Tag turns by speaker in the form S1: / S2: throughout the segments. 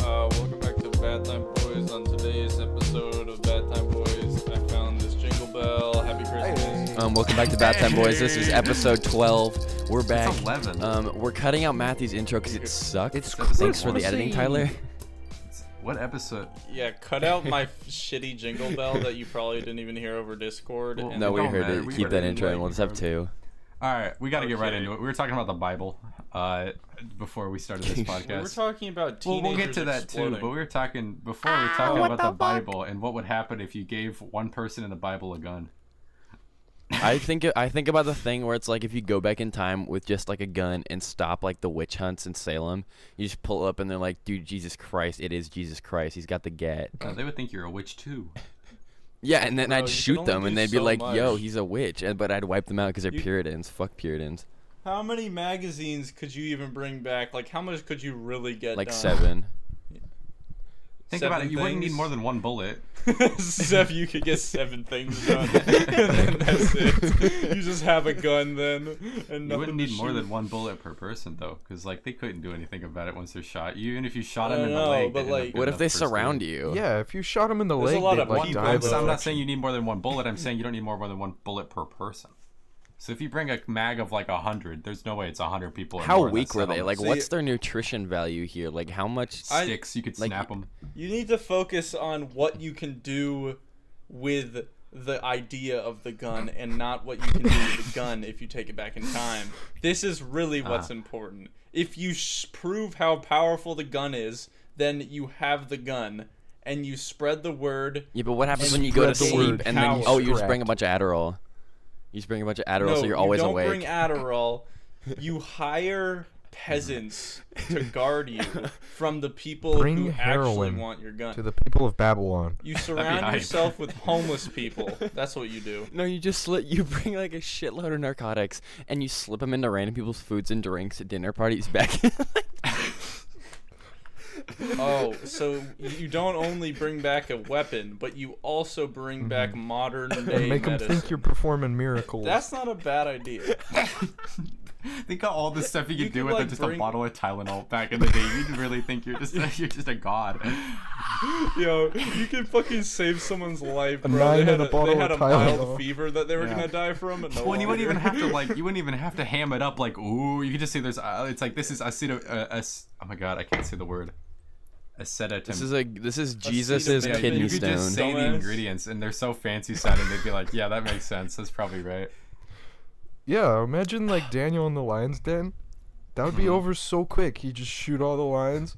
S1: Uh, Bad Time Boys. On today's episode of Bad Time Boys, I found this jingle bell. Happy Christmas.
S2: Uh.
S3: Um, welcome back to Bad Time Boys. This is episode 12. We're back.
S2: It's 11.
S3: Um, we're cutting out Matthew's intro because it sucked.
S2: It's
S3: Thanks for the editing, Tyler.
S2: what episode?
S1: Yeah, cut out my f- shitty jingle bell that you probably didn't even hear over Discord.
S2: Well,
S1: and-
S3: No, we
S2: don't
S3: heard
S2: matter.
S3: it.
S2: We
S3: Keep
S2: heard
S3: that
S2: it.
S3: intro and what's up to.
S2: All right, we got to get right
S1: Okay.
S2: into it. We were talking about the Bible uh, before we started this
S1: we were
S2: podcast.
S1: talking about
S2: well,
S1: teenagers
S2: we'll get to that
S1: exploding.
S2: too, but we were talking before we were talking about the, Bible and what would happen if you gave one person in the Bible a gun.
S3: I think I think about the thing where it's like if you go back in time with just like a gun and stop like the witch hunts in Salem, you just pull up and they're like, dude, Jesus Christ, it is Jesus Christ. He's got the get.
S2: Uh, they would think you're a witch too.
S3: Yeah, and then
S1: Bro, you
S3: I'd
S1: can
S3: shoot
S1: only
S3: them and
S1: do
S3: they'd be
S1: so
S3: like, yo,
S1: much.
S3: he's a witch. And, but I'd wipe them out because they're
S1: You-
S3: Puritans. Fuck Puritans.
S1: How many magazines could you even bring back? Like, how much could you really get?
S3: Like
S1: done?
S3: seven.
S2: Think
S1: Seven
S2: about it. You wouldn't need
S1: things?
S2: more than one bullet.
S1: Seth, you could get seven things done, and then that's it. You just have a gun then, and
S2: You wouldn't
S1: nothing to
S2: need more
S1: shoot.
S2: than one bullet per person though, because like they couldn't do anything about it once they're shot. You, even if you shot
S1: I
S2: them in the
S1: know,
S2: leg,
S1: but,
S2: they'd end up
S1: like-
S2: good
S3: What if
S2: enough
S3: they
S2: for still.
S3: surround you?
S4: Yeah, if you shot him in the
S1: There's a
S4: leg,
S1: lot
S4: they'd
S1: of
S4: like
S1: people,
S4: die.
S1: though.
S4: though.
S2: I'm not saying you need more than one bullet. I'm saying you don't need more than one bullet per person. So if you bring a mag of like a hundred, there's no way it's a hundred people. or
S3: How
S2: more in that
S3: weak were they? Like,
S2: settlement.
S1: See-
S3: what's their nutrition value here? Like, how much?
S1: I-
S2: sticks? You could
S3: like-
S2: snap them.
S1: You need to focus on what you can do with the idea of the gun and not what you can do with the gun if you take it back in time. This is really what's important. If you sh- prove how powerful the gun is, then you have the gun and you spread the word.
S3: Yeah, but what happens when you go to
S4: spread
S1: the
S3: sleep
S1: word
S3: and then you,
S1: power.
S3: oh, you just bring a bunch of Adderall. You just bring a bunch of Adderall,
S1: No,
S3: so you're always
S1: you don't
S3: awake.
S1: bring Adderall. You hire peasants to guard you from the people
S4: Bring
S1: who actually
S4: heroin
S1: want your gun.
S4: To the people of Babylon.
S1: You
S2: That'd be
S1: surround
S2: hype.
S1: yourself with homeless people. That's what you do.
S3: no, you just sli- you bring like a shitload of narcotics and you slip them into random people's foods and drinks at dinner parties back.
S1: Oh, so you don't only bring back a weapon, but you also bring back modern day
S4: And make them
S1: medicine.
S4: think you're performing miracles.
S1: That's not a bad idea.
S2: Think of all the stuff you could
S1: You
S2: do
S1: could,
S2: with
S1: like,
S2: it, just
S1: bring-
S2: a bottle of Tylenol back in the day. You'd really think you're just you're just a god.
S1: Yo, you can fucking save someone's life, bro.
S4: nine
S1: they had
S4: and a
S1: a,
S4: bottle
S1: they had a
S4: of
S1: mild
S4: Tylenol.
S1: fever that they were
S2: Yeah.
S1: gonna die from. And no
S2: Well, and you wouldn't even
S1: longer.
S2: have to like you wouldn't even have to ham it up like ooh. You could just say there's uh, it's like this is aceto uh, ac- oh my god I can't say the word acetaminophen.
S3: this is a this is Jesus's
S1: Yeah,
S2: Yeah,
S1: you
S3: kidney
S2: you could
S3: stone.
S2: just say
S1: Dumbass.
S2: the ingredients, and they're so fancy sounding. They'd be like, "Yeah, that makes sense. That's probably right."
S4: yeah, imagine like Daniel in the lion's den. That would be
S3: Hmm.
S4: over so quick. He'd just shoot all the lions.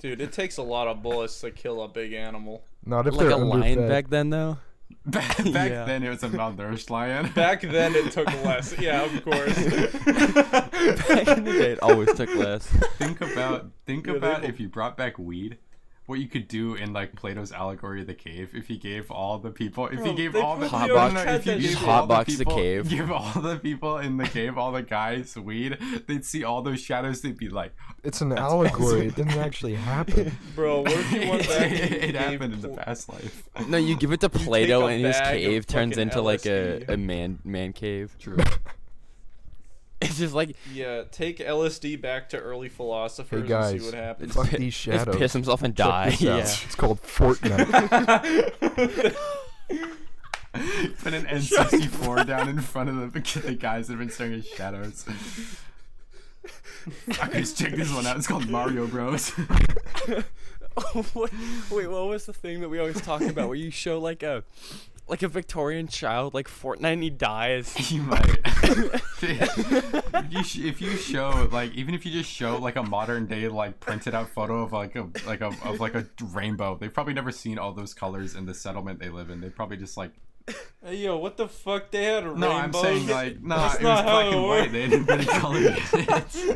S1: Dude, it takes a lot of bullets to kill a big animal.
S4: Not if
S3: like
S4: they're
S3: a lion
S4: underfed.
S3: back then, though.
S2: Back, back then, it was a malnourished lion.
S1: Back then, it took less. Yeah, of
S3: Back in the day,
S1: course.
S3: it always took less.
S2: think about think
S1: Yeah, they
S2: about
S1: will-
S2: if you brought back weed. What you could do in like Plato's allegory of the cave if he gave all the people if
S1: Bro,
S2: he gave
S1: they
S2: all the
S1: put
S2: no,
S1: me
S2: no,
S3: on
S2: no,
S1: chat
S2: if you
S1: that
S2: gave
S1: just
S2: all
S3: hotbox the
S2: people,
S3: cave.
S2: give all the people in the cave all the guys weed they'd see all those shadows they'd be like
S4: It's an allegory. It didn't actually happen.
S1: Bro, what if you went back?
S2: it,
S1: and you
S2: happened in
S1: gave
S2: the past life
S3: No, you give it to Plato
S1: a
S3: and his
S1: bag of
S3: cave turns
S1: fucking
S3: into like a,
S1: LSD.
S3: a man man cave.
S2: true
S3: Uh, It's just like
S1: Yeah, take LSD back to early
S4: Hey
S1: philosophers and
S4: guys,
S1: see what happens.
S4: fuck
S3: pi-
S4: these
S3: just
S4: shadows.
S3: piss himself and
S4: Check
S3: die.
S4: this out.
S3: Yeah.
S4: It's called Fortnite.
S2: put an N64 down in front of the, the guys that have been staring at shadows. Fuckers, check this one out. It's called Mario Bros.
S3: What- Wait, what was the thing that we always talk about where you show like a like a Victorian child like Fortnite and he dies?
S2: you might. if, you sh- if you show like, even if you just show like a modern day like printed out photo of like a like a of like a rainbow, they've probably never seen all those colors in the settlement they live in. They probably just like.
S1: Hey, yo, what the fuck? They had a
S2: No, I'm
S1: rainbow.
S2: saying like no,
S1: That's
S2: it was
S1: not how
S2: black
S1: it
S2: and
S1: works.
S2: white. They didn't put any colors.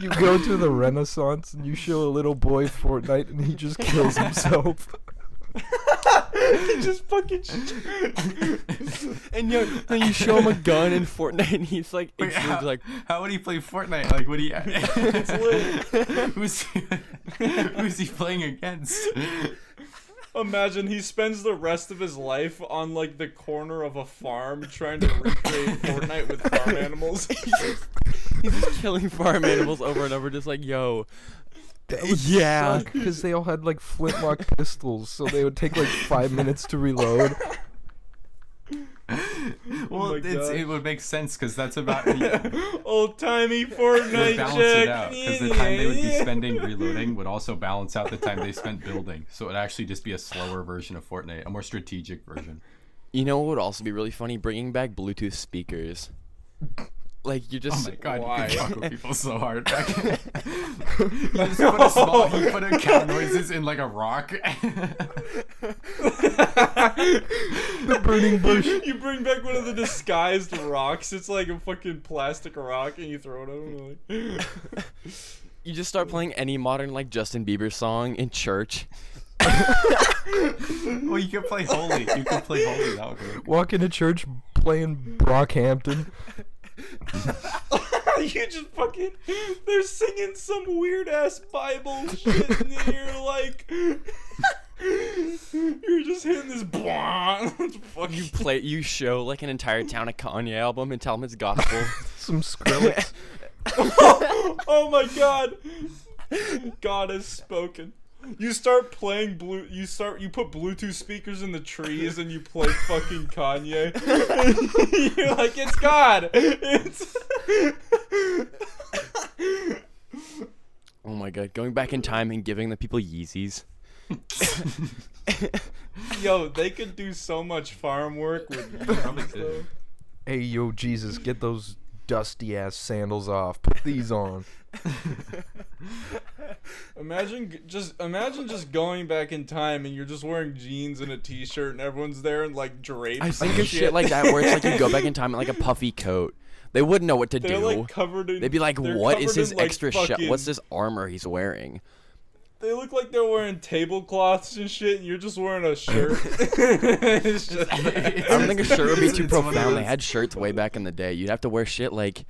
S4: you go to the Renaissance and you show a little boy Fortnite and he just kills himself.
S1: They just fucking.
S3: And you then you show him a gun in Fortnite and he's like
S2: Wait,
S3: instantly
S2: how,
S3: like
S2: how would he play Fortnite? Like, what do you? who's who's he playing against?
S1: Imagine he spends the rest of his life on like the corner of a farm trying to recreate Fortnite with farm animals.
S3: he's just killing farm animals over and over just like yo
S4: That would
S3: Yeah.
S4: because they all had like flintlock pistols, so they would take like five minutes to reload.
S2: well,
S1: my
S2: it's,
S1: gosh.
S2: it would make sense because that's about you
S1: Old timey
S2: would
S1: Fortnite
S2: balance
S1: chick.
S2: it out because the time they would be spending reloading would also balance out the time they spent building. So it'd actually just be a slower version of Fortnite, a more strategic version.
S3: You know what would also be really funny? Bringing back Bluetooth speakers. Like you
S2: Oh
S3: just
S2: my god,
S1: Why?
S2: you can fuck with people so hard. Like, you just put a small, you put a cow noises in like a rock.
S4: The burning bush.
S1: You bring back one of the disguised rocks. It's like a fucking plastic rock, and you throw it at him. Like,
S3: you just start playing any modern like Justin Bieber song in church.
S2: well, you could play holy. You could play holy. That would work.
S4: Walk into church playing Brockhampton.
S1: you just fucking. They're singing some weird ass Bible shit, and then you're like. You're just hitting this. Fuck you.
S3: Play you show like an entire town a Kanye album and tell them it's gospel.
S4: Some Skrillex.
S1: oh my god. God has spoken. You start playing blue. You start. You put Bluetooth speakers in the trees, and you play fucking Kanye. You're like, it's God. It's.
S3: oh my god, going back in time and giving the people Yeezys.
S1: Yo, they could do so much farm work with you.
S2: Probably could.
S4: hey yo, Jesus, get those dusty ass sandals off. Put these on.
S1: Imagine g- just imagine just going back in time, and you're just wearing jeans and a t-shirt, and everyone's there in like drapes.
S3: I think
S1: and
S3: of shit like that where it's like you go back in time in like a puffy coat. They wouldn't know what to
S1: They're
S3: do.
S1: like covered in.
S3: They'd be like,
S1: they're
S3: "What is
S1: covered in,
S3: his
S1: like,
S3: extra
S1: fucking-
S3: shell? What's this armor he's wearing?"
S1: They look like they're wearing tablecloths and shit, and you're just wearing a shirt. It's just-
S3: I don't think a shirt would be
S2: It's-
S3: too
S2: it's one of
S3: profound. They
S2: those-
S3: had shirts way back in the day. You'd have to wear shit like,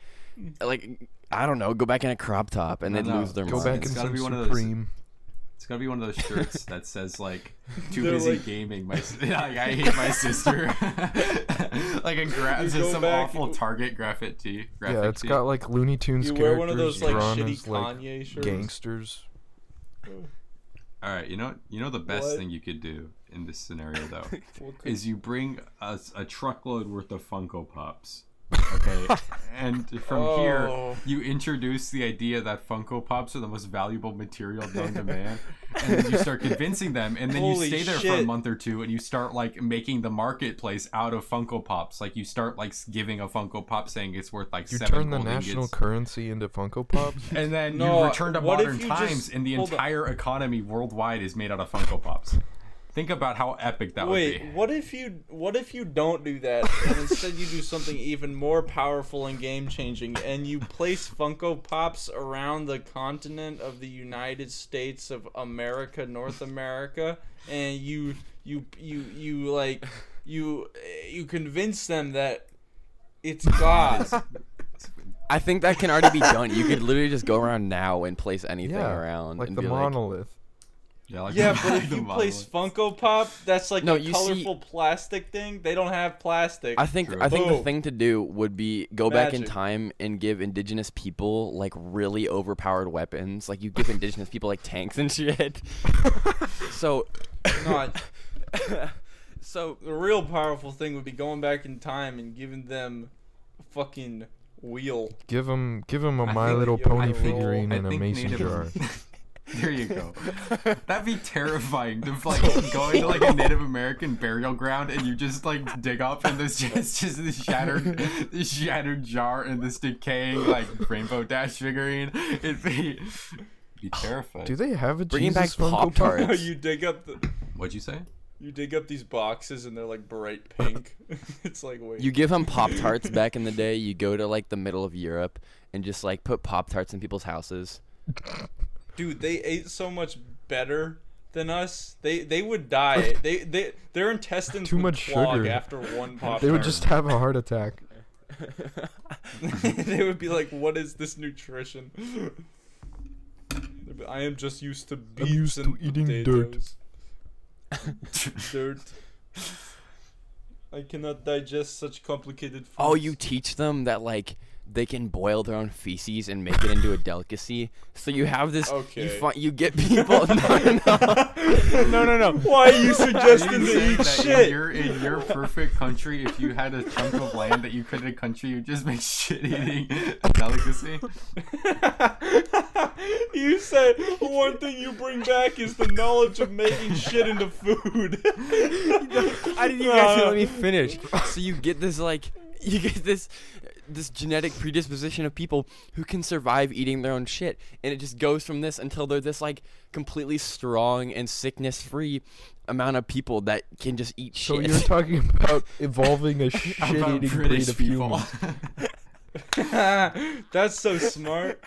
S3: like I don't know, go back in a crop top and
S2: No,
S3: they'd
S2: no.
S3: lose their
S4: Go
S3: minds.
S4: back
S2: It's
S4: in
S2: gotta
S4: some
S2: be one of those-
S4: Supreme.
S2: It's gonna be one of those shirts that says like "too
S1: They're
S2: busy
S1: like-
S2: gaming." My si- like, I hate my sister. like a gra-
S1: You
S2: just
S1: go
S2: some
S1: back-
S2: awful Target graphic tee. Graphic
S4: Yeah, it's
S2: tee.
S4: got like Looney Tunes
S1: you
S4: characters
S1: wear one of those like
S4: drawn
S1: shitty
S4: as, like,
S1: Kanye shirts.
S4: gangsters.
S2: All right, you know, you know the best
S1: What?
S2: thing you could do in this scenario though
S1: What could-
S2: is you bring us a truckload worth of Funko Pops. Okay, and from
S1: Oh.
S2: here you introduce the idea that Funko Pops are the most valuable material known to man, and then you start convincing them, and then
S1: Holy
S2: you stay there for a
S1: shit.
S2: month or two, and you start like making the marketplace out of Funko Pops. Like you start like giving a Funko Pop saying it's worth like
S4: You
S2: seven
S4: turn the
S2: gold
S4: national
S2: ingots.
S4: currency into Funko Pops.
S2: and then
S1: No,
S2: you return to
S1: what if
S2: modern
S1: you just-
S2: times, and the
S1: hold on.
S2: entire economy worldwide is made out of Funko Pops. Think about how epic that
S1: Wait,
S2: would be.
S1: what if you what if you don't do that and instead you do something even more powerful and game changing and you place Funko Pops around the continent of the United States of America, North America, and you you you you like you you convince them that it's God.
S3: I think that can already be done. You could literally just go around now and place anything
S4: yeah,
S3: around.
S4: like
S3: and
S4: the
S3: be
S4: monolith.
S2: Yeah, like
S1: Yeah, but if
S2: the
S1: you
S2: model.
S1: place Funko Pop, that's like
S3: No,
S1: a
S3: you see-
S1: colorful plastic thing. They don't have plastic.
S3: I think
S2: True.
S3: I think
S1: Boom.
S3: the thing to do would be go back in
S1: Magic.
S3: time and give indigenous people like really overpowered weapons. Like you give indigenous people like tanks and shit. so
S1: not.
S3: so
S1: The real powerful thing would be going back in time and giving them a fucking wheel.
S4: Give him, give him a
S2: I
S4: My
S2: think-
S4: Little
S1: I
S4: Pony
S1: think-
S4: figurine
S2: I
S4: and a
S2: think
S4: mason
S2: Native-
S4: jar.
S2: there you go. That'd be terrifying. To, like going to like a Native American burial ground and you just like dig up and there's just just this shattered, this shattered jar and this decaying like rainbow dash figurine. It'd be, be terrifying.
S4: Do they have a
S3: bringing
S4: Jesus
S3: back
S4: Funko
S3: Pop
S4: Pop?
S3: Tarts.
S1: you dig up the,
S2: What'd you say?
S1: you dig up these boxes and they're like bright pink. it's like wait.
S3: You give them Pop Tarts back in the day. You go to like the middle of Europe and just like put Pop Tarts in people's houses.
S1: dude, they ate so much better than us. They they would die. they they their intestines
S4: Too
S1: would
S4: much
S1: clog
S4: sugar.
S1: after one pop.
S4: They would just have a heart attack.
S1: they would be like, "What is this nutrition?" They'd be, I am just used to beets
S4: used to
S1: and
S4: eating dirt."
S1: potatoes. dirt. I cannot digest such complicated. Foods.
S3: Oh, you teach them that like they can boil their own feces and make it into a delicacy. So you have this. You
S1: Okay.
S3: find you get people. no, no, no, no, no.
S1: Why are you suggesting
S2: You
S1: to
S2: saying
S1: eat
S2: that
S1: shit?
S2: In your, in your perfect country, if you had a chunk of land that you created a country, you just make shit eating a delicacy.
S1: you said one thing you bring back is the knowledge of making shit into food.
S3: I didn't you guys let me finish. So you get this like you get this this genetic predisposition of people who can survive eating their own shit and it just goes from this until they're this like completely strong and sickness free amount of people that can just eat
S4: So
S3: shit.
S4: you're talking about evolving a
S2: About
S4: shit-eating breed
S2: British
S4: of
S2: people.
S4: humans.
S1: That's so smart.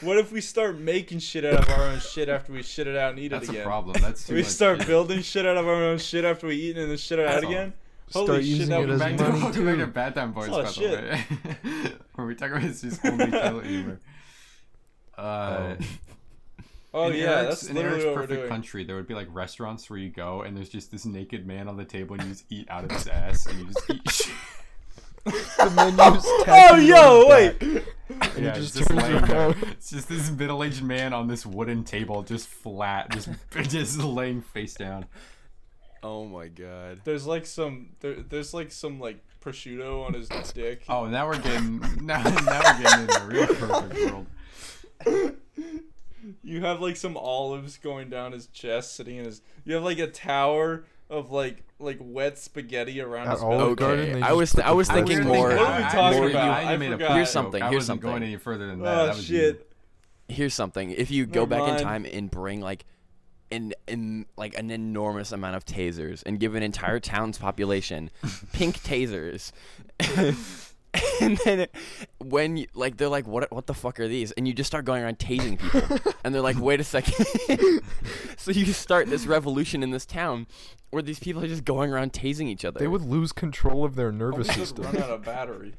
S1: What if we start making shit out of our own shit after we shit it out and eat
S2: That's
S1: it again?
S2: a problem. That's too
S1: We
S2: much.
S1: start building shit out of our own shit after we eat it and then shit it out
S2: That's
S1: again?
S4: all.
S1: Holy
S4: Start
S1: shit,
S4: using
S1: that
S4: it
S1: would
S4: as
S1: bang-
S4: money.
S2: Welcome back to Bad Time Boys,
S1: It's all
S2: by the
S1: shit.
S2: way. Where we talk about his his only title anywhere. Uh,
S1: Oh
S2: in
S1: yeah,
S2: Eric's,
S1: that's
S2: in Eric's
S1: literally what we're
S2: perfect
S1: doing.
S2: country, there would be like restaurants where you go and there's just this naked man on the table and you just eat out of his ass and you just eat shit.
S4: The menu's
S1: Oh
S4: tattooed on
S1: yo,
S4: his back.
S1: wait.
S2: Yeah, it's
S4: just
S2: just
S4: turns
S2: laying there.
S4: around.
S2: It's just this middle-aged man on this wooden table, just flat, just just laying face down.
S3: oh my god.
S1: There's like some there, there's like some like prosciutto on his dick.
S2: Oh, now we're getting now, now we're getting in the real perfect world.
S1: You have like some olives going down his chest, sitting in his. You have like a tower of like like wet spaghetti around
S4: At
S1: his.
S4: Olive
S1: belly.
S4: Garden,
S3: Okay,
S4: they
S3: I
S4: just
S3: was
S4: put
S3: th- I
S4: the
S3: was
S4: bread
S3: thinking
S4: in
S3: more-
S4: it.
S1: What are we
S2: I- I
S1: talking
S2: made a-
S1: about?
S2: I,
S1: I
S2: made a
S1: forgot.
S2: poor
S3: Here's
S2: joke.
S3: something,
S2: I
S3: here's
S2: wasn't going
S3: something.
S2: any further than that.
S1: Oh
S2: that was
S1: shit!
S2: you.
S3: Here's something. If you go
S1: Never
S3: back
S1: mind.
S3: in time and bring like an in like an enormous amount of tasers and give an entire town's population pink tasers. and then it- when you, like they're like what what the fuck are these? And you just start going around tasing people. and they're like wait a second. so you start this revolution in this town where these people are just going around tasing each other.
S4: They would lose control of their nervous
S1: Almost just run
S4: system.
S1: out of battery.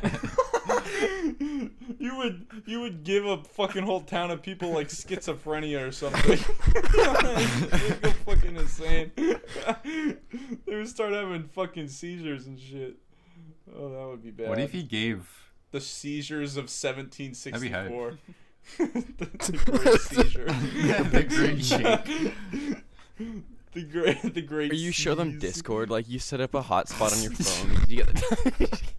S1: you would you would give a fucking whole town of people like schizophrenia or something. They'd go fucking insane. they would start having fucking seizures and shit. Oh, that would be bad.
S2: What if he gave?
S1: the seizures of 1764?
S2: That'd
S1: the, the great seizure.
S2: The great shake.
S1: The great, the great.
S3: or you show them
S1: sneeze.
S3: Discord, like you set up a hotspot on your phone. You get-
S1: Bruh.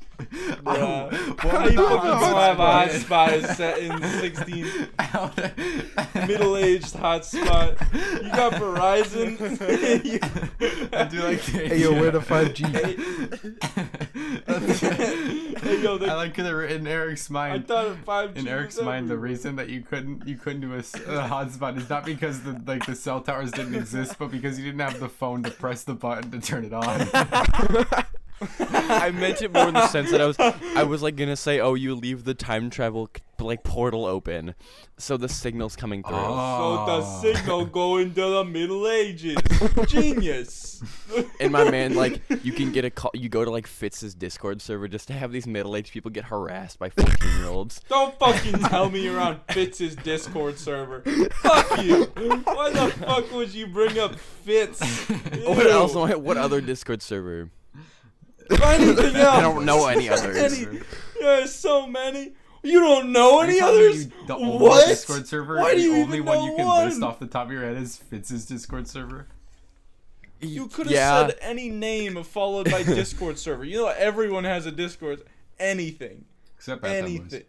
S2: What
S1: How
S2: would
S1: you
S2: the
S1: fucking
S2: hotspot
S1: have a
S2: be?
S1: hotspot is set in 16
S2: How the-
S1: middle-aged hotspot. You got Verizon. You-
S2: I do like the
S4: Hey, yo,
S2: idea.
S4: where the 5G?
S1: Hey, yo, the-
S2: I like the in Eric's
S1: I
S2: mind.
S1: thought of five.
S2: in Eric's mind, the reason that you couldn't you couldn't do a, s- a hotspot is not because the like the cell towers didn't exist, but because you didn't have the phone to press the button to turn it on.
S3: I meant it more in the sense that I was I was like gonna say, oh, you leave the time travel c- like portal open, so the signal's coming through.
S1: So
S2: Ah.
S1: the signal go into the Middle Ages. Genius.
S3: And my man, like, you can get a call. You go to like Fitz's Discord server just to have these middle-aged people get harassed by fourteen-year-olds.
S1: Don't fucking tell me you're on Fitz's Discord server. Fuck you. Why the fuck would you bring up Fitz?
S3: What
S1: Ew.
S3: else? am I- What other Discord server?
S1: Anything else?
S3: I don't know any others.
S1: Any, there's so many. You don't know any
S2: Are you
S1: others?
S2: telling me The only
S1: what?
S2: Discord server.
S1: Why do you
S2: the
S1: even
S2: only
S1: know
S2: one you can
S1: one?
S2: list off the top of your head is Fitz's Discord server.
S1: You could have
S3: yeah.
S1: said any name followed by Discord server. You know everyone has a Discord. Anything.
S2: Except Bad Time Boys.
S1: Anything.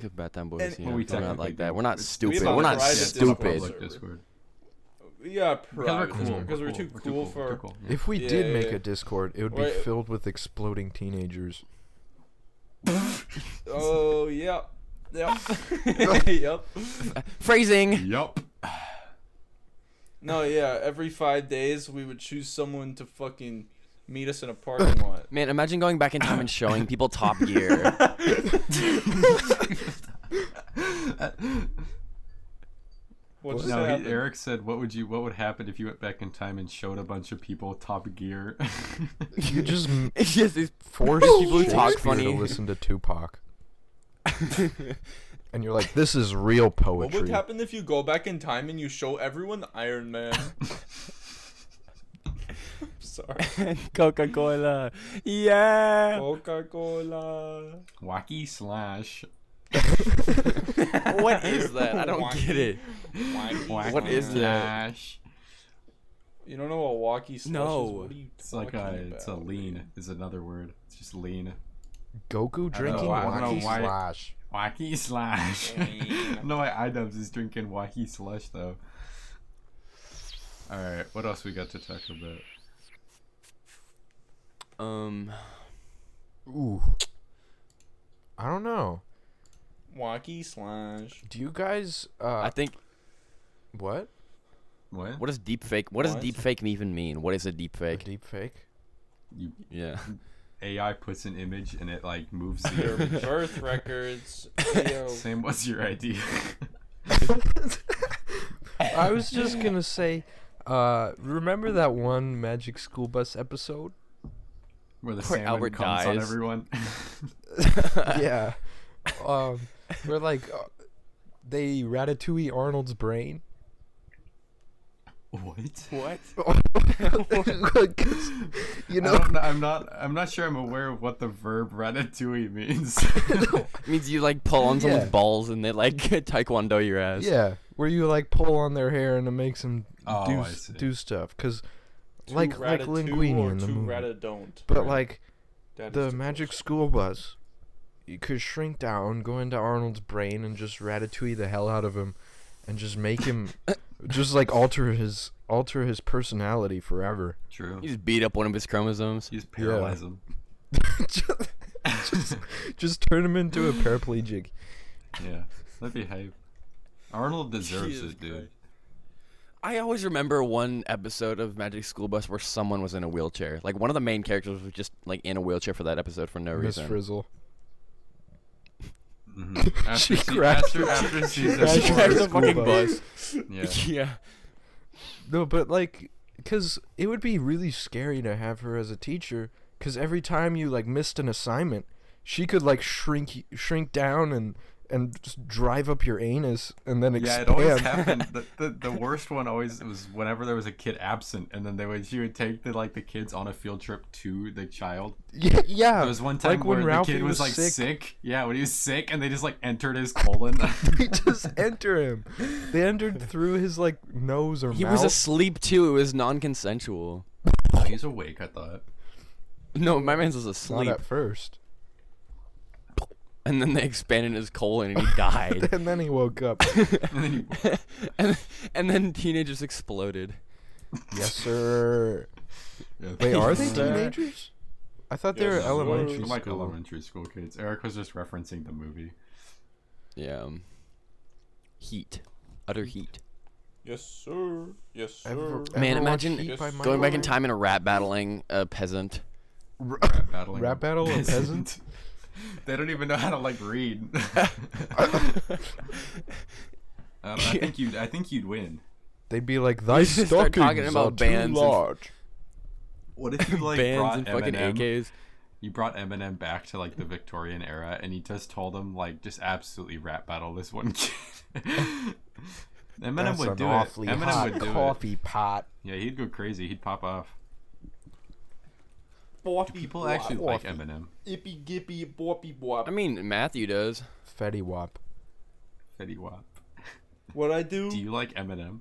S3: Good bad time boys.
S1: And-
S3: you
S1: Well,
S3: know,
S2: we
S3: we're not
S2: technically
S3: like that.
S2: do.
S3: We're not
S2: We
S3: stupid.
S1: have a
S3: We're not
S1: private
S2: It's
S1: Discord
S3: stupid.
S1: server.
S2: public Discord.
S1: Yeah,
S2: Because we're
S1: private.
S2: cool.
S1: Because we're too cool
S2: We're
S1: for.
S2: cool. Yeah.
S4: If we
S1: Yeah,
S4: did
S1: yeah,
S4: make
S1: yeah.
S4: a Discord, it would be
S1: Wait.
S4: filled with exploding teenagers.
S1: Oh yeah. Yep. yep.
S3: Phrasing.
S2: Yup.
S1: No, yeah. Every five days, we would choose someone to fucking meet us in a parking lot.
S3: Man, imagine going back in time and showing people Top Gear.
S1: What just
S2: No,
S1: happened?
S2: he, Eric said, "What would you? What would happen if you went back in time and showed a bunch of people Top Gear?"
S4: You just m-
S3: it's just these
S4: force
S3: People
S4: people
S3: who
S4: who
S3: talk
S4: to
S3: funny.
S4: listen to Tupac, and you're like, "This is real
S1: What would
S4: poetry."
S1: happen if you go back in time and you show everyone Iron Man? sorry.
S3: Coca Cola. Yeah.
S1: Coca Cola.
S2: Wacky slash.
S3: what is that? I don't get it. What is that?
S2: slash.
S1: You don't know what walkie slush
S3: No.
S1: is? What are you
S2: It's like
S1: talking
S2: a, it's a
S1: about?
S2: lean is another word. It's just lean.
S4: Goku drinking
S2: why- I don't know
S4: Wacky
S2: why-
S4: Slash.
S2: Wacky slash.
S1: Lean.
S2: no, I iDubbbz is drinking wacky slush though. All right, what else we got to talk about?
S3: Um.
S4: Ooh. I don't know.
S1: Walkie slash.
S4: Do you guys? Uh,
S3: I think.
S4: what?
S2: What?
S3: What does deep fake? What does
S1: What?
S3: deep fake even mean? What is a deep
S4: A
S3: fake?
S4: deep fake?
S2: You,
S3: Yeah.
S2: AI puts an image and it like moves
S1: Your
S2: the
S1: birth records. Yo.
S2: Same what's your idea?
S4: I was just gonna say, uh, remember that one Magic School Bus episode?
S2: Where the
S3: Poor
S2: salmon
S3: Albert
S2: comes on
S3: dies.
S2: everyone.
S4: yeah. Um, where like uh, they ratatouille Arnold's brain.
S2: what?
S3: What?
S4: you
S2: I
S4: know,
S2: don't know, I'm not. I'm not sure. I'm aware of what the verb ratatouille means.
S3: It means you like pull on someone's
S4: Yeah.
S3: balls and they like taekwondo your ass.
S4: yeah, where you like pull on their hair and it makes them
S2: Oh,
S4: do
S2: I
S4: s-
S2: see.
S4: do stuff, cause
S1: Two
S4: like like
S1: ratatouille
S4: linguini
S1: or
S4: in the
S1: two
S4: movie.
S1: ratadon't.
S4: but like
S1: That is
S4: the
S1: too
S4: Magic
S1: close.
S4: School Bus, you could shrink down, go into Arnold's brain, and just ratatouille the hell out of him, and just make him, just like alter his alter his personality forever.
S2: True.
S3: You just beat up one of his chromosomes.
S2: You just paralyze him.
S4: just, just, just turn him into a paraplegic.
S2: Yeah, that'd be hype. Arnold deserves
S1: Jesus
S2: it, dude.
S3: I always remember one episode of Magic School Bus where someone was in a wheelchair. Like one of the main characters was just like in a wheelchair for that episode for no
S4: Miss
S3: reason.
S4: Frizzle.
S2: Mhm. After,
S4: She
S2: se-
S4: crashed-
S2: after, after season
S4: crashed
S2: four,
S4: her
S3: Crash the
S4: School
S3: fucking
S4: bus.
S3: bus.
S2: yeah,
S3: yeah.
S4: No, but like, cause it would be really scary to have her as a teacher. Cause every time you like missed an assignment, she could like shrink shrink down and and just drive up your anus and then
S2: yeah,
S4: expand.
S2: it always happened. The, the, the worst one always was whenever there was a kid absent, and then they would she would take the like the kids on a field trip to the child.
S4: yeah, yeah.
S2: There was one time
S4: Oh, like
S2: where
S4: when
S2: the
S4: Ralphie
S2: kid was,
S4: was
S2: like
S4: sick.
S2: sick. Yeah, when he was sick, and they just like entered his colon.
S4: they just enter him. They entered through his like nose or
S3: He
S4: mouth.
S3: was asleep too. It was non-consensual.
S2: oh, he's awake. I thought.
S3: No, my man's was
S4: not
S3: asleep,
S4: at first,
S3: and then they expanded his colon and he died,
S4: and then he woke up.
S2: And then he
S3: and, and then teenagers exploded.
S4: yes, sir.
S2: Yeah,
S4: Wait, are they
S3: Yes, sir.
S4: teenagers? I thought they
S1: Yes,
S4: were
S1: sir.
S4: elementary
S2: They're
S4: school.
S2: like elementary school kids. Eric was just referencing the movie.
S3: Yeah. um, Heat, utter heat.
S1: Yes, sir. Yes, sir.
S4: Ever-
S3: Man,
S4: ever watch
S3: imagine
S4: Heat by
S1: going
S3: Going back in
S4: Michael
S3: time in a rap battling a peasant.
S4: Moore?
S2: Rap battling.
S4: Rap battle of peasants?
S2: they don't even know how to like read. I, don't- Um, I think you. I think you'd win.
S4: They'd be like, "Thy
S3: should
S4: stockings
S3: start talking
S4: are
S3: about
S4: too
S3: bands and-
S4: large."
S2: What if you like
S3: Bands
S2: brought
S3: and fucking
S2: Eminem?
S3: AKs.
S2: You brought Eminem back to like the Victorian era, and he just told him like just absolutely rap battle this one kid. Eminem
S4: That's
S2: would
S4: an
S2: do it.
S4: awfully
S2: Eminem
S4: hot
S2: would do
S4: coffee pot.
S2: it. Yeah, he'd go crazy. He'd pop off.
S1: Boppy
S2: People
S1: bop,
S2: actually like
S4: Coffee.
S2: Eminem.
S1: Ippy gippy boppy bop.
S3: I mean, Matthew does.
S4: Fetty Wap.
S2: Fetty Wap.
S1: What I do?
S2: Do you like Eminem?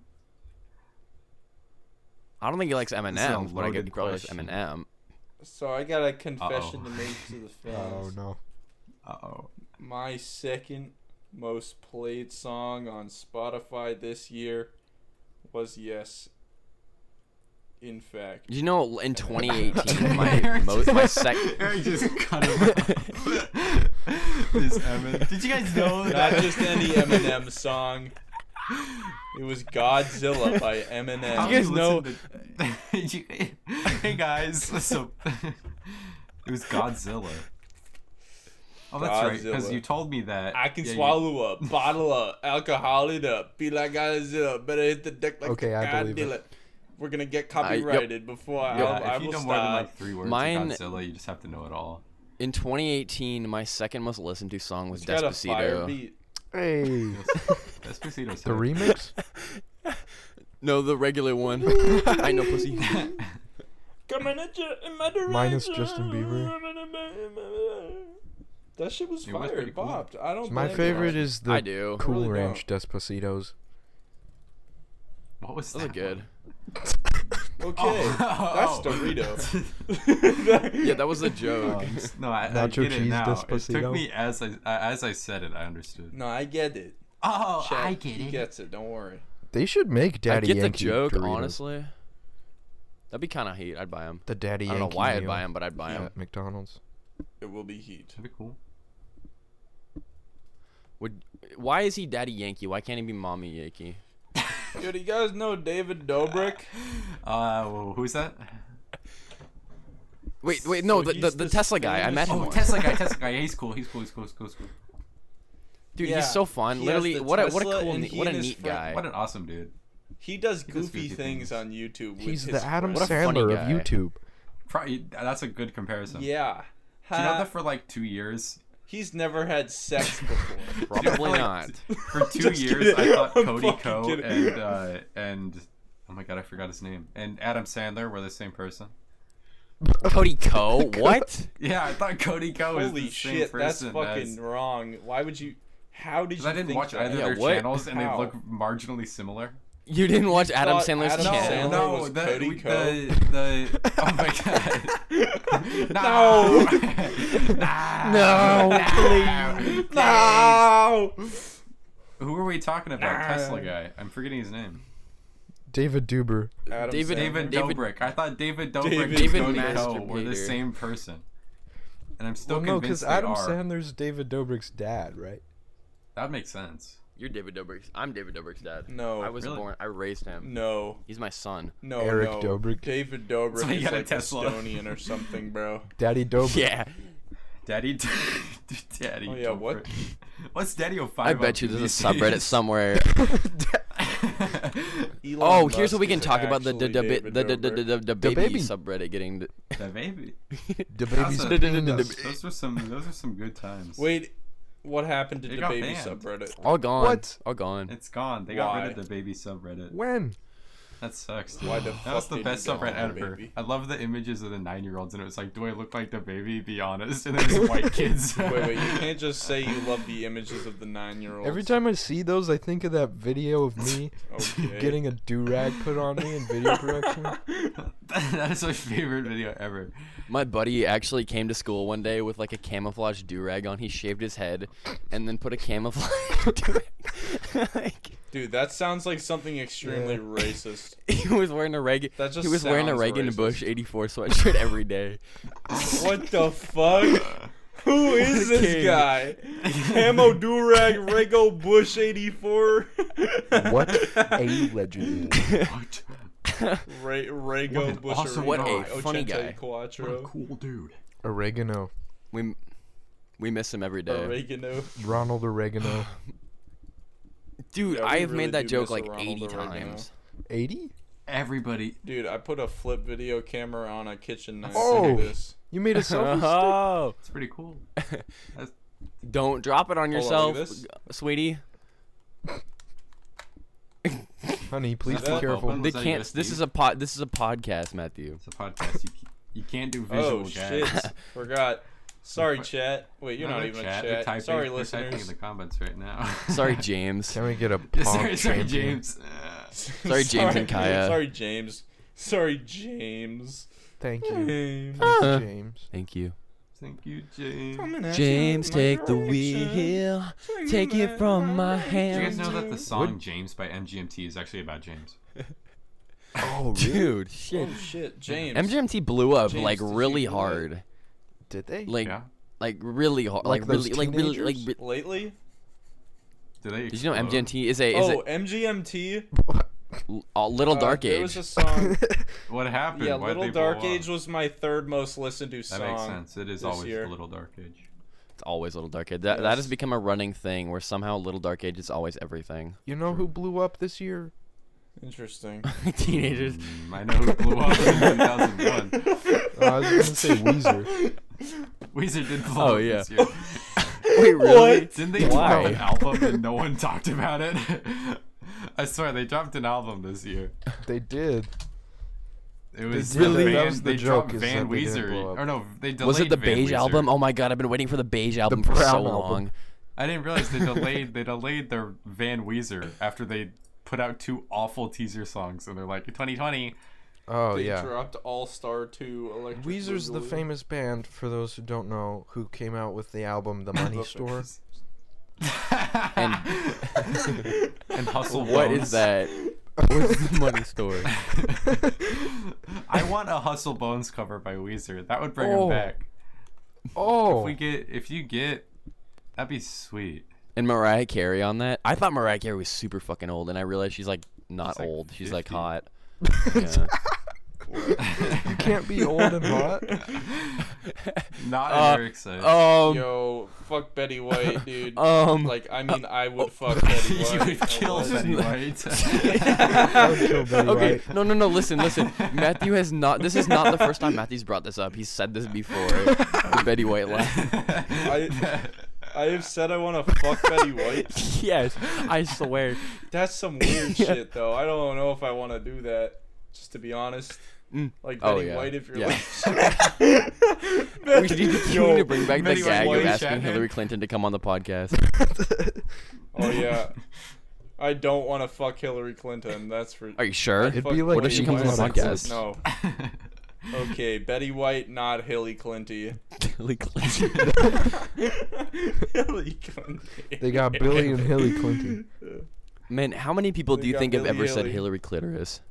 S3: I don't think he likes
S2: is a
S3: Eminem, but I get he
S2: loaded
S3: probably likes
S2: question.
S3: Eminem.
S1: So I got a confession to
S2: Uh-oh.
S1: make to the
S4: Oh
S1: fans.
S4: no.
S2: Uh oh.
S1: My second most played song on Spotify this year was "Yes." In fact,
S3: You know, in 2018, my most, my sec.
S2: Eric just cut him off. this Eminem. Did you guys know
S1: not just any Eminem song. It was "Godzilla" by Eminem.
S3: You guys know-
S2: Did you- hey guys, so it was Godzilla. Oh, that's right. Because
S1: Godzilla.
S2: you told me that.
S1: I can
S2: Yeah, you-
S1: swallow up, bottle up, alcohol it up, be like Godzilla, better hit the deck like
S4: Okay,
S1: a
S4: I believe it.
S1: Godzilla. We're gonna get
S3: I- yep.
S1: copyrighted before I,
S2: Yeah,
S1: I
S2: if you
S1: will
S2: know
S1: stop.
S2: more than like three words
S3: Mine-
S2: of Godzilla, you just have to know it all.
S3: In 2018, my second most listened to song was
S1: It's got a fire
S3: Despacito.
S1: beat.
S4: Hey,
S2: Despacito's
S4: the
S2: hype.
S4: remix.
S3: No, the regular one. I know pussy.
S1: Come manager and my director.
S4: Minus Justin Bieber.
S1: That shit was
S2: It was
S1: fire.
S2: pretty
S1: It
S2: cool.
S1: bopped. I don't.
S4: My
S1: blame
S4: favorite
S1: you.
S4: is
S3: I
S4: the
S3: do.
S4: Cool
S1: really
S4: Ranch Despacitos.
S2: What was
S3: Those are
S2: that?
S3: good.
S1: Okay,
S2: Oh,
S1: that's
S2: oh.
S1: Dorito.
S3: Yeah, that was a joke.
S2: No, I, I
S4: Nacho
S2: get it
S4: cheese
S2: now. It
S4: Despacito.
S2: took me as I as I said it, I understood.
S1: no, I get it.
S2: Oh,
S1: Chad, He gets it. Don't worry.
S4: They should make Daddy
S3: I get
S4: Yankee
S3: the joke,
S4: Doritos.
S3: honestly. That'd be kind of heat. I'd buy them.
S4: The Daddy
S3: I don't know
S4: Yankee
S3: why I'd
S4: meal
S3: buy them, but I'd buy them.
S4: at McDonald's.
S1: It will be heat.
S2: That'd be cool.
S3: Would why is he Daddy Yankee? Why can't he be Mommy Yankee?
S1: Dude, you guys know David Dobrik?
S2: Uh, well, who's that?
S3: Wait, wait, no,
S1: So
S3: the, the,
S1: he's
S3: the
S1: the
S3: Tesla guy. I
S1: Spanish-
S3: met him.
S1: Oh,
S3: once.
S2: Tesla guy. Tesla guy. Yeah, he's cool. He's cool. He's cool. He's cool. He's cool.
S3: Dude,
S1: Yeah.
S3: he's so fun.
S1: He has
S3: Literally,
S1: the
S3: what a what a
S1: Tesla
S3: cool,
S1: and
S3: ne-
S1: he
S3: what a
S1: and his
S3: neat
S1: friend-
S3: guy.
S2: What an awesome dude.
S1: He does
S2: does
S1: goofy
S2: goofy
S1: things
S2: things.
S1: on YouTube. With
S4: He's
S1: his
S4: the Adam
S3: What a funny
S4: Sandler
S3: guy.
S4: of YouTube.
S2: Probably, that's a good comparison.
S1: friends. Yeah.
S2: Do you know
S1: Ha-
S2: that for like two years?
S1: He's never had sex before.
S3: Probably
S2: Like,
S3: not.
S2: For two
S1: Just
S2: years,
S1: kidding.
S2: I thought
S1: I'm
S2: Cody
S1: fucking
S2: Co
S1: kidding.
S2: and uh, and oh my god, I forgot his name. And Adam Sandler were the same person.
S3: Cody Co. What?
S2: Yeah, I thought Cody Co was
S1: Holy
S2: the same
S1: shit, that's
S2: person.
S1: fucking
S2: as-
S1: wrong. Why would you? How did
S2: 'cause
S1: you?
S2: I didn't
S1: think
S2: watch
S1: that?
S2: either
S3: Yeah,
S2: of their
S3: what?
S2: channels, and
S1: How?
S2: they look marginally similar.
S3: You didn't watch Adam
S1: thought
S3: Sandler's
S1: Adam
S2: No,
S1: Sandler
S3: channel?
S2: no,
S1: was
S2: the,
S1: Cody
S2: we-
S1: Co.
S2: the, the oh my god,
S1: No.
S2: nah,
S3: No,
S2: please,
S1: No.
S2: Who are we talking about?
S1: Nah.
S2: Tesla guy. I'm forgetting his name.
S4: David Duber.
S1: Adam
S3: David-
S1: Sandler.
S2: David,
S3: David-
S2: Dobrik. I thought David Dobrik
S1: David-
S2: and
S3: David
S2: Cody Ko
S3: Masturbator.
S2: were the same person. And I'm still
S4: Well, no,
S2: convinced
S4: because
S2: they
S4: Adam
S2: are.
S4: Sandler's David Dobrik's dad, right?
S2: that makes sense.
S3: You're David Dobrik's. I'm David Dobrik's dad.
S1: No,
S3: I was
S2: really?
S3: born. I raised him.
S1: No,
S3: He's my son.
S1: no,
S4: Eric
S1: no.
S4: Dobrik.
S1: David Dobrik
S2: So he
S1: is
S2: got a
S1: like
S2: Tesla.
S1: Estonian or something, bro.
S4: Daddy Dobrik.
S3: Yeah.
S2: Daddy, Daddy.
S1: Oh, yeah, what?
S2: Dobrik. What's Daddy 05?
S3: I bet you there's a subreddit somewhere.
S1: Elon
S3: Oh, here's
S1: Musk
S3: what we can
S1: is
S3: talk about the the
S1: actually
S3: the ba-
S1: David
S3: the the-
S1: Dobrik.
S3: the- the- the baby
S4: baby.
S3: subreddit getting. the-
S2: the baby.
S4: The
S2: That's
S4: baby's
S2: a-
S4: penis.
S2: Those were some. Those were some good times.
S1: Wait, what happened to
S2: It
S1: the
S2: got
S1: baby
S2: banned.
S1: subreddit?
S3: All gone.
S4: What?
S3: All gone.
S2: It's gone. They got
S1: Why?
S2: rid of the baby subreddit.
S4: When?
S2: That sucks.
S1: Why the
S2: that was
S1: fuck
S2: the
S1: did
S2: best
S1: you get
S2: subreddit
S1: rid of the
S2: ever.
S1: baby?
S2: I love the images of the nine-year-olds, and it was like, "Do I look like the baby? Be honest." And then it's white kids.
S1: Wait, wait, you can't just say you love the images of the nine-year-old.
S4: Every time I see those, I think of that video of me
S1: okay.
S4: getting a do rag put on me in video production.
S2: that is my favorite video ever.
S3: My buddy actually came to school one day with like a camouflage do rag on. He shaved his head, and then put a camouflage durag. like,
S1: Dude, that sounds like something extremely
S4: Yeah.
S1: racist.
S3: he was wearing a Reagan.
S1: That just
S3: he was wearing a
S1: sounds
S3: Reagan
S1: racist.
S3: Bush '84 sweatshirt every day.
S1: What the fuck? Who is
S3: The
S1: this
S3: king.
S1: guy? Camo Durag Rego Bush 84?
S4: What a legend.
S2: What?
S1: Ra-
S2: What
S1: Rego
S2: an
S1: Bush
S2: awesome
S3: What a
S1: Rego
S3: funny
S1: Ochente
S3: guy.
S1: Quattro.
S2: cool dude.
S4: Oregano.
S3: We we miss him every day.
S1: Oregano.
S4: Ronald Oregano.
S3: Dude,
S1: Yeah, we
S3: I've
S1: really
S3: made that
S1: do
S3: joke
S1: miss a
S3: like
S1: Ronald
S3: 80
S1: Reagan,
S3: times.
S4: 80?
S2: Everybody.
S1: Dude, I put a flip video camera on a kitchen knife.
S4: Oh.
S1: Oh. This.
S4: You made a selfie
S3: Oh,
S2: It's pretty cool.
S3: don't drop it on
S1: look at
S3: yourself,
S1: this.
S3: sweetie.
S4: stick? Honey, please be
S1: That-
S4: careful.
S2: Was
S3: They
S2: that
S3: can't.
S2: USB?
S3: This is a pod. This is a podcast, Matthew.
S2: It's a podcast. You, ca- you can't do visual,
S1: Oh,
S2: guys.
S1: shit. Forgot. Sorry,
S2: What-
S1: chat. Wait, you're
S2: No,
S1: not
S2: they're
S1: even a
S2: chat- they're
S1: chat.
S2: typing-
S1: Sorry,
S2: they're Typing in
S1: listeners.
S2: the comments right now.
S3: Sorry, James.
S4: Can we get a
S2: Yeah,
S4: pop
S2: sorry, sorry,
S4: champion?
S2: James. Uh,
S3: Sorry, James and Kaya.
S1: Sorry, James. Sorry, James.
S4: Thank you.
S1: James.
S4: Thank
S3: Uh.
S4: you, James.
S3: Thank you.
S2: Thank you, James.
S3: James, take the wheel. Take it from my
S2: Do
S3: hand.
S2: you guys know that the song "James" by MGMT is actually about James?
S4: Oh, really?
S3: Dude, shit.
S1: Oh shit, James.
S3: MGMT blew up
S1: James,
S3: like
S1: did you
S3: really
S1: do that?
S3: hard.
S4: Did they?
S3: Like
S2: Yeah.
S3: like really hard. Like,
S4: Like those
S3: really like really like
S4: teenagers?
S3: re-
S1: lately?
S2: Do they?
S3: Did you know
S2: explode?
S3: MGMT is a is
S1: oh, MGMT.
S3: a l- little
S1: uh,
S3: dark
S1: There
S3: age.
S1: was a song.
S2: What happened?
S1: yeah,
S2: Why'd
S1: Little
S2: they blow
S1: Dark
S2: up?
S1: Age was my third most listened to
S2: That
S1: song.
S2: makes sense. It is
S1: this
S2: always
S1: year.
S2: the Little Dark Age.
S3: It's always little dark age. That that has
S1: Yes.
S3: become a running thing where somehow little dark age is always everything.
S4: you know who blew up this year?
S1: Interesting.
S3: Teenagers.
S2: Mm, I know who blew up in 2001.
S4: Oh, I was going to say Weezer.
S2: Weezer did blow
S3: Oh,
S2: up
S3: yeah.
S2: this year.
S3: Wait, really?
S2: Didn't they
S3: Why?
S2: drop an album and no one talked about it? I swear they dropped an album this year.
S4: They did.
S2: It was
S4: really-
S2: the
S4: that
S2: Van,
S4: was the
S2: they dropped
S4: joke is
S2: Van
S4: that they didn't
S2: Weezer.
S4: blow up.
S2: Or no, they delayed
S3: Was it the
S2: Van
S3: beige
S2: Weezer.
S3: album? Oh my god, I've been waiting for the beige album for
S4: brown
S3: so
S4: album.
S3: long.
S2: I didn't realize they delayed they delayed their Van Weezer after they put out two awful teaser songs and they're like 2020.
S4: Oh
S1: they
S4: yeah.
S1: dropped All Star Two. Electric
S4: Weezer's the
S1: Boogaloo.
S4: famous band for those who don't know who came out with the album The Money Store.
S2: and, and hustle.
S3: What
S2: bones.
S3: is that? What's the money store?
S2: I want a Hustle Bones cover by Weezer. That would bring
S4: Oh.
S2: him back.
S4: Oh,
S2: If we get if you get, that'd be sweet.
S3: And Mariah Carey on that? I thought Mariah Carey was super fucking old, and I realized she's like not
S2: She's, like,
S3: old. She's like
S2: 50.
S3: hot. Yeah.
S4: you can't be old and hot.
S2: Not
S3: Uh,
S2: lyrics. though.
S3: Um,
S1: Yo, fuck Betty White, dude.
S3: um,
S1: like, I mean, I would fuck Betty White.
S2: you could
S1: I
S2: kill
S1: would.
S2: Betty White.
S4: That would kill Betty
S3: um, okay,
S4: White.
S3: no, no, no. Listen, listen. Matthew has not. This is not the first time Matthew's brought this up. He's said this before. The Betty White line.
S1: I- I have said I want to fuck Betty White.
S3: yes, I swear.
S1: That's some weird shit, though. I don't know if I want to do that. Just to be honest,
S3: Mm.
S1: like
S3: Oh,
S1: Betty
S3: yeah.
S1: White, if you're
S3: Yeah.
S1: like,
S3: We should need to,
S1: Yo,
S3: to bring back the
S2: Betty
S3: gag
S2: White
S3: of asking
S2: Shannon.
S3: Hillary Clinton to come on the podcast.
S1: Oh yeah, I don't want to fuck Hillary Clinton. That's for.
S3: Are you sure?
S4: It'd
S1: Fuck
S4: be like
S3: Oh, What if she
S1: Betty
S3: comes on the
S1: White.
S3: podcast?
S1: No. Okay, Betty White, not Hillary Clinton.
S3: Hillary Clinton.
S1: Hillary Clinton.
S4: They got Billy and Hillary Clinton.
S3: Man, how many people do
S1: We
S3: you
S1: got
S3: think have
S1: Billie
S3: ever said
S1: Eilish.
S3: Hillary clitoris?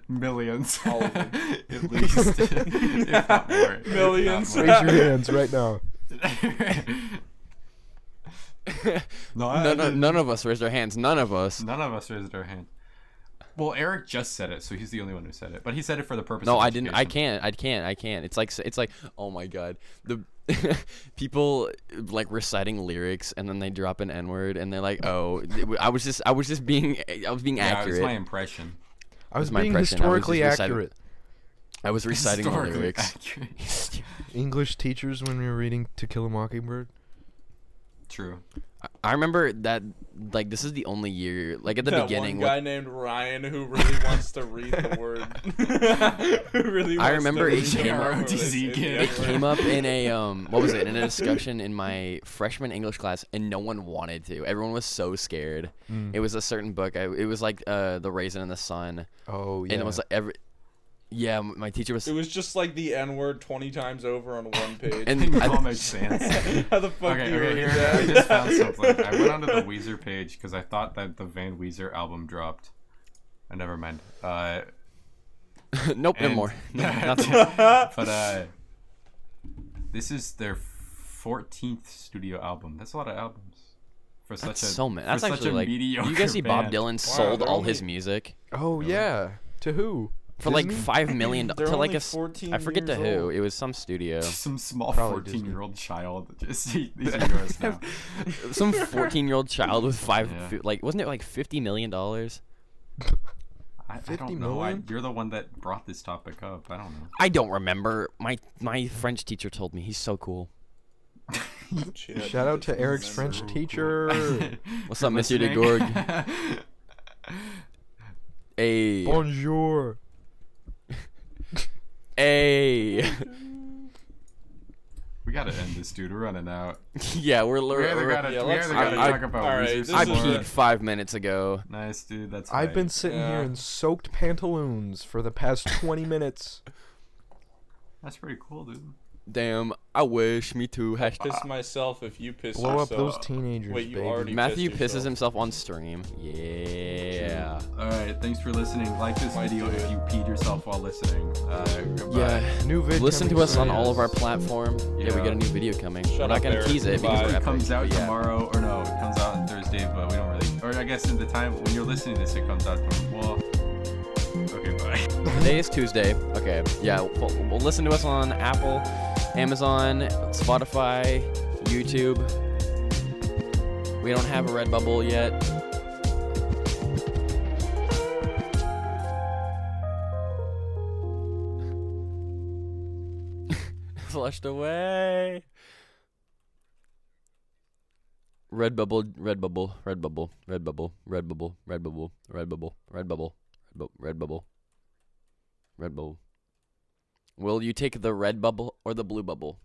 S2: Millions.
S1: All of them.
S2: At least. if not more. if not
S1: Millions.
S2: more.
S4: Raise your hands right now.
S2: no, I-
S3: None, of- none of us raised our hands. None of us.
S2: None of us raised our hand. Well, Eric just said it, so he's the only one who said it. But he said it for the purpose.
S3: No,
S2: of
S3: I didn't. I
S2: education.
S3: can't. I can't. I can't. It's like it's like oh my god, the people like reciting lyrics and then they drop an N word and they're like oh I was just I was just being I was being
S2: Yeah, it's
S3: accurate.
S2: my impression.
S4: I was
S3: was my
S4: being
S3: impression. I was
S4: historically
S3: just reciting-
S4: accurate.
S3: I was reciting the
S2: Historically
S3: lyrics.
S2: accurate.
S4: English teachers when we were reading To Kill a Mockingbird.
S2: True.
S3: I remember that like this is the only year like at the
S1: that
S3: beginning.
S1: one
S3: what-
S1: guy named Ryan who really wants to read the word. who really wants
S3: I remember
S1: to
S3: it
S1: read the
S3: came
S1: word
S3: up-
S1: where they
S2: ROTC
S1: say the
S2: kid.
S1: N
S2: It
S1: word.
S3: came up in a um what was it in a discussion in my freshman English class and no one wanted to. Everyone was so scared. It was a certain book. I, it was like uh the raisin in the sun
S4: Oh yeah.
S3: and it was like every yeah m- my teacher was
S1: It was just like the N word twenty times over on one page.
S3: and
S2: It all
S3: I,
S2: makes sense.
S1: How the fuck do
S2: Okay,
S1: you
S2: okay,
S1: read
S2: here I
S1: that?
S2: just found something. I went onto the Weezer page because I thought that the Van Weezer album dropped. Uh, never mind. Uh,
S3: nope no
S2: and-
S3: more no, nothing.
S2: but uh, this is their 14th studio album. That's a lot of albums for such
S3: That's
S2: a
S3: so many.
S2: for
S3: That's
S2: such
S3: actually
S2: a
S3: like.
S2: mediocre.
S3: You guys see Bob
S2: band.
S3: Dylan sold
S1: they're
S3: all
S1: only-
S3: his music
S4: oh yeah. To who?
S3: for like
S4: Disney?
S3: five million do-
S1: They're
S3: to like
S1: only
S3: a s-
S1: 14
S3: I forget to
S1: years
S3: who.
S1: old.
S3: It was some studio,
S2: Some small
S4: Probably
S2: 14
S4: Disney.
S2: year old child. that Just "Hey, these are yours now.
S3: some fourteen-year-old child with five.
S2: Yeah.
S3: fi- Like wasn't it like fifty million dollars?
S2: I, I
S4: 50
S2: don't know. I,
S4: million?
S2: you're the one that brought this topic up. I don't know.
S3: I don't remember. My my French teacher told me he's so cool.
S1: Shit.
S4: Shout out to Eric's French teacher.
S3: What's up, Monsieur de
S2: Listening?
S3: Gourgue? Hey,
S4: Bonjour.
S3: hey.
S2: we gotta end this, dude. We're running out.
S3: yeah, we're.
S2: We
S3: we're,
S2: either
S3: we're
S2: gotta,
S1: yeah,
S2: we
S1: let's-
S2: either gotta
S3: I-
S2: talk about
S1: all right,
S2: Weezer
S1: this
S2: some
S3: I
S1: is
S2: more.
S1: a-
S3: peed five minutes ago.
S2: Nice, dude. That's.
S4: I've
S2: right.
S4: been sitting here
S1: Yeah.
S4: in soaked pantaloons for the past 20 minutes.
S2: That's pretty cool, dude.
S3: Damn, I wish me too. Hashtag.
S1: Piss myself if you piss
S4: Blow up
S1: yourself.
S4: those teenagers,
S1: Wait, you
S4: baby.
S1: already
S3: Matthew
S1: pissed
S3: pisses
S1: yourself.
S3: himself on stream. Yeah.
S2: All right. Thanks for listening. Like this video if you peed yourself while listening. Uh, goodbye.
S3: Yeah.
S4: New vid.
S3: Listen to
S4: coming
S3: us on
S4: soon.
S3: all of our platform. Yeah, we
S2: Yeah.
S3: got a new video coming. We're
S1: up,
S3: not gonna
S1: Eric.
S3: tease it because
S1: Goodbye.
S3: we're
S2: It
S3: epic,
S2: comes out
S3: but yeah.
S2: tomorrow, or no, it comes out on Thursday, but we don't really. Or I guess in the time when you're listening to this, it comes out tomorrow. Well, okay, bye.
S3: Today is Tuesday. Okay. Yeah. Well, well, listen to us on Apple, Amazon, Spotify, YouTube. We don't have a Redbubble yet. Flushed away. Redbubble, Redbubble, Redbubble, Redbubble, Redbubble, Redbubble, Redbubble, Redbubble, Redbubble, Redbubble. Red Bull. Will you take the red bubble or the blue bubble?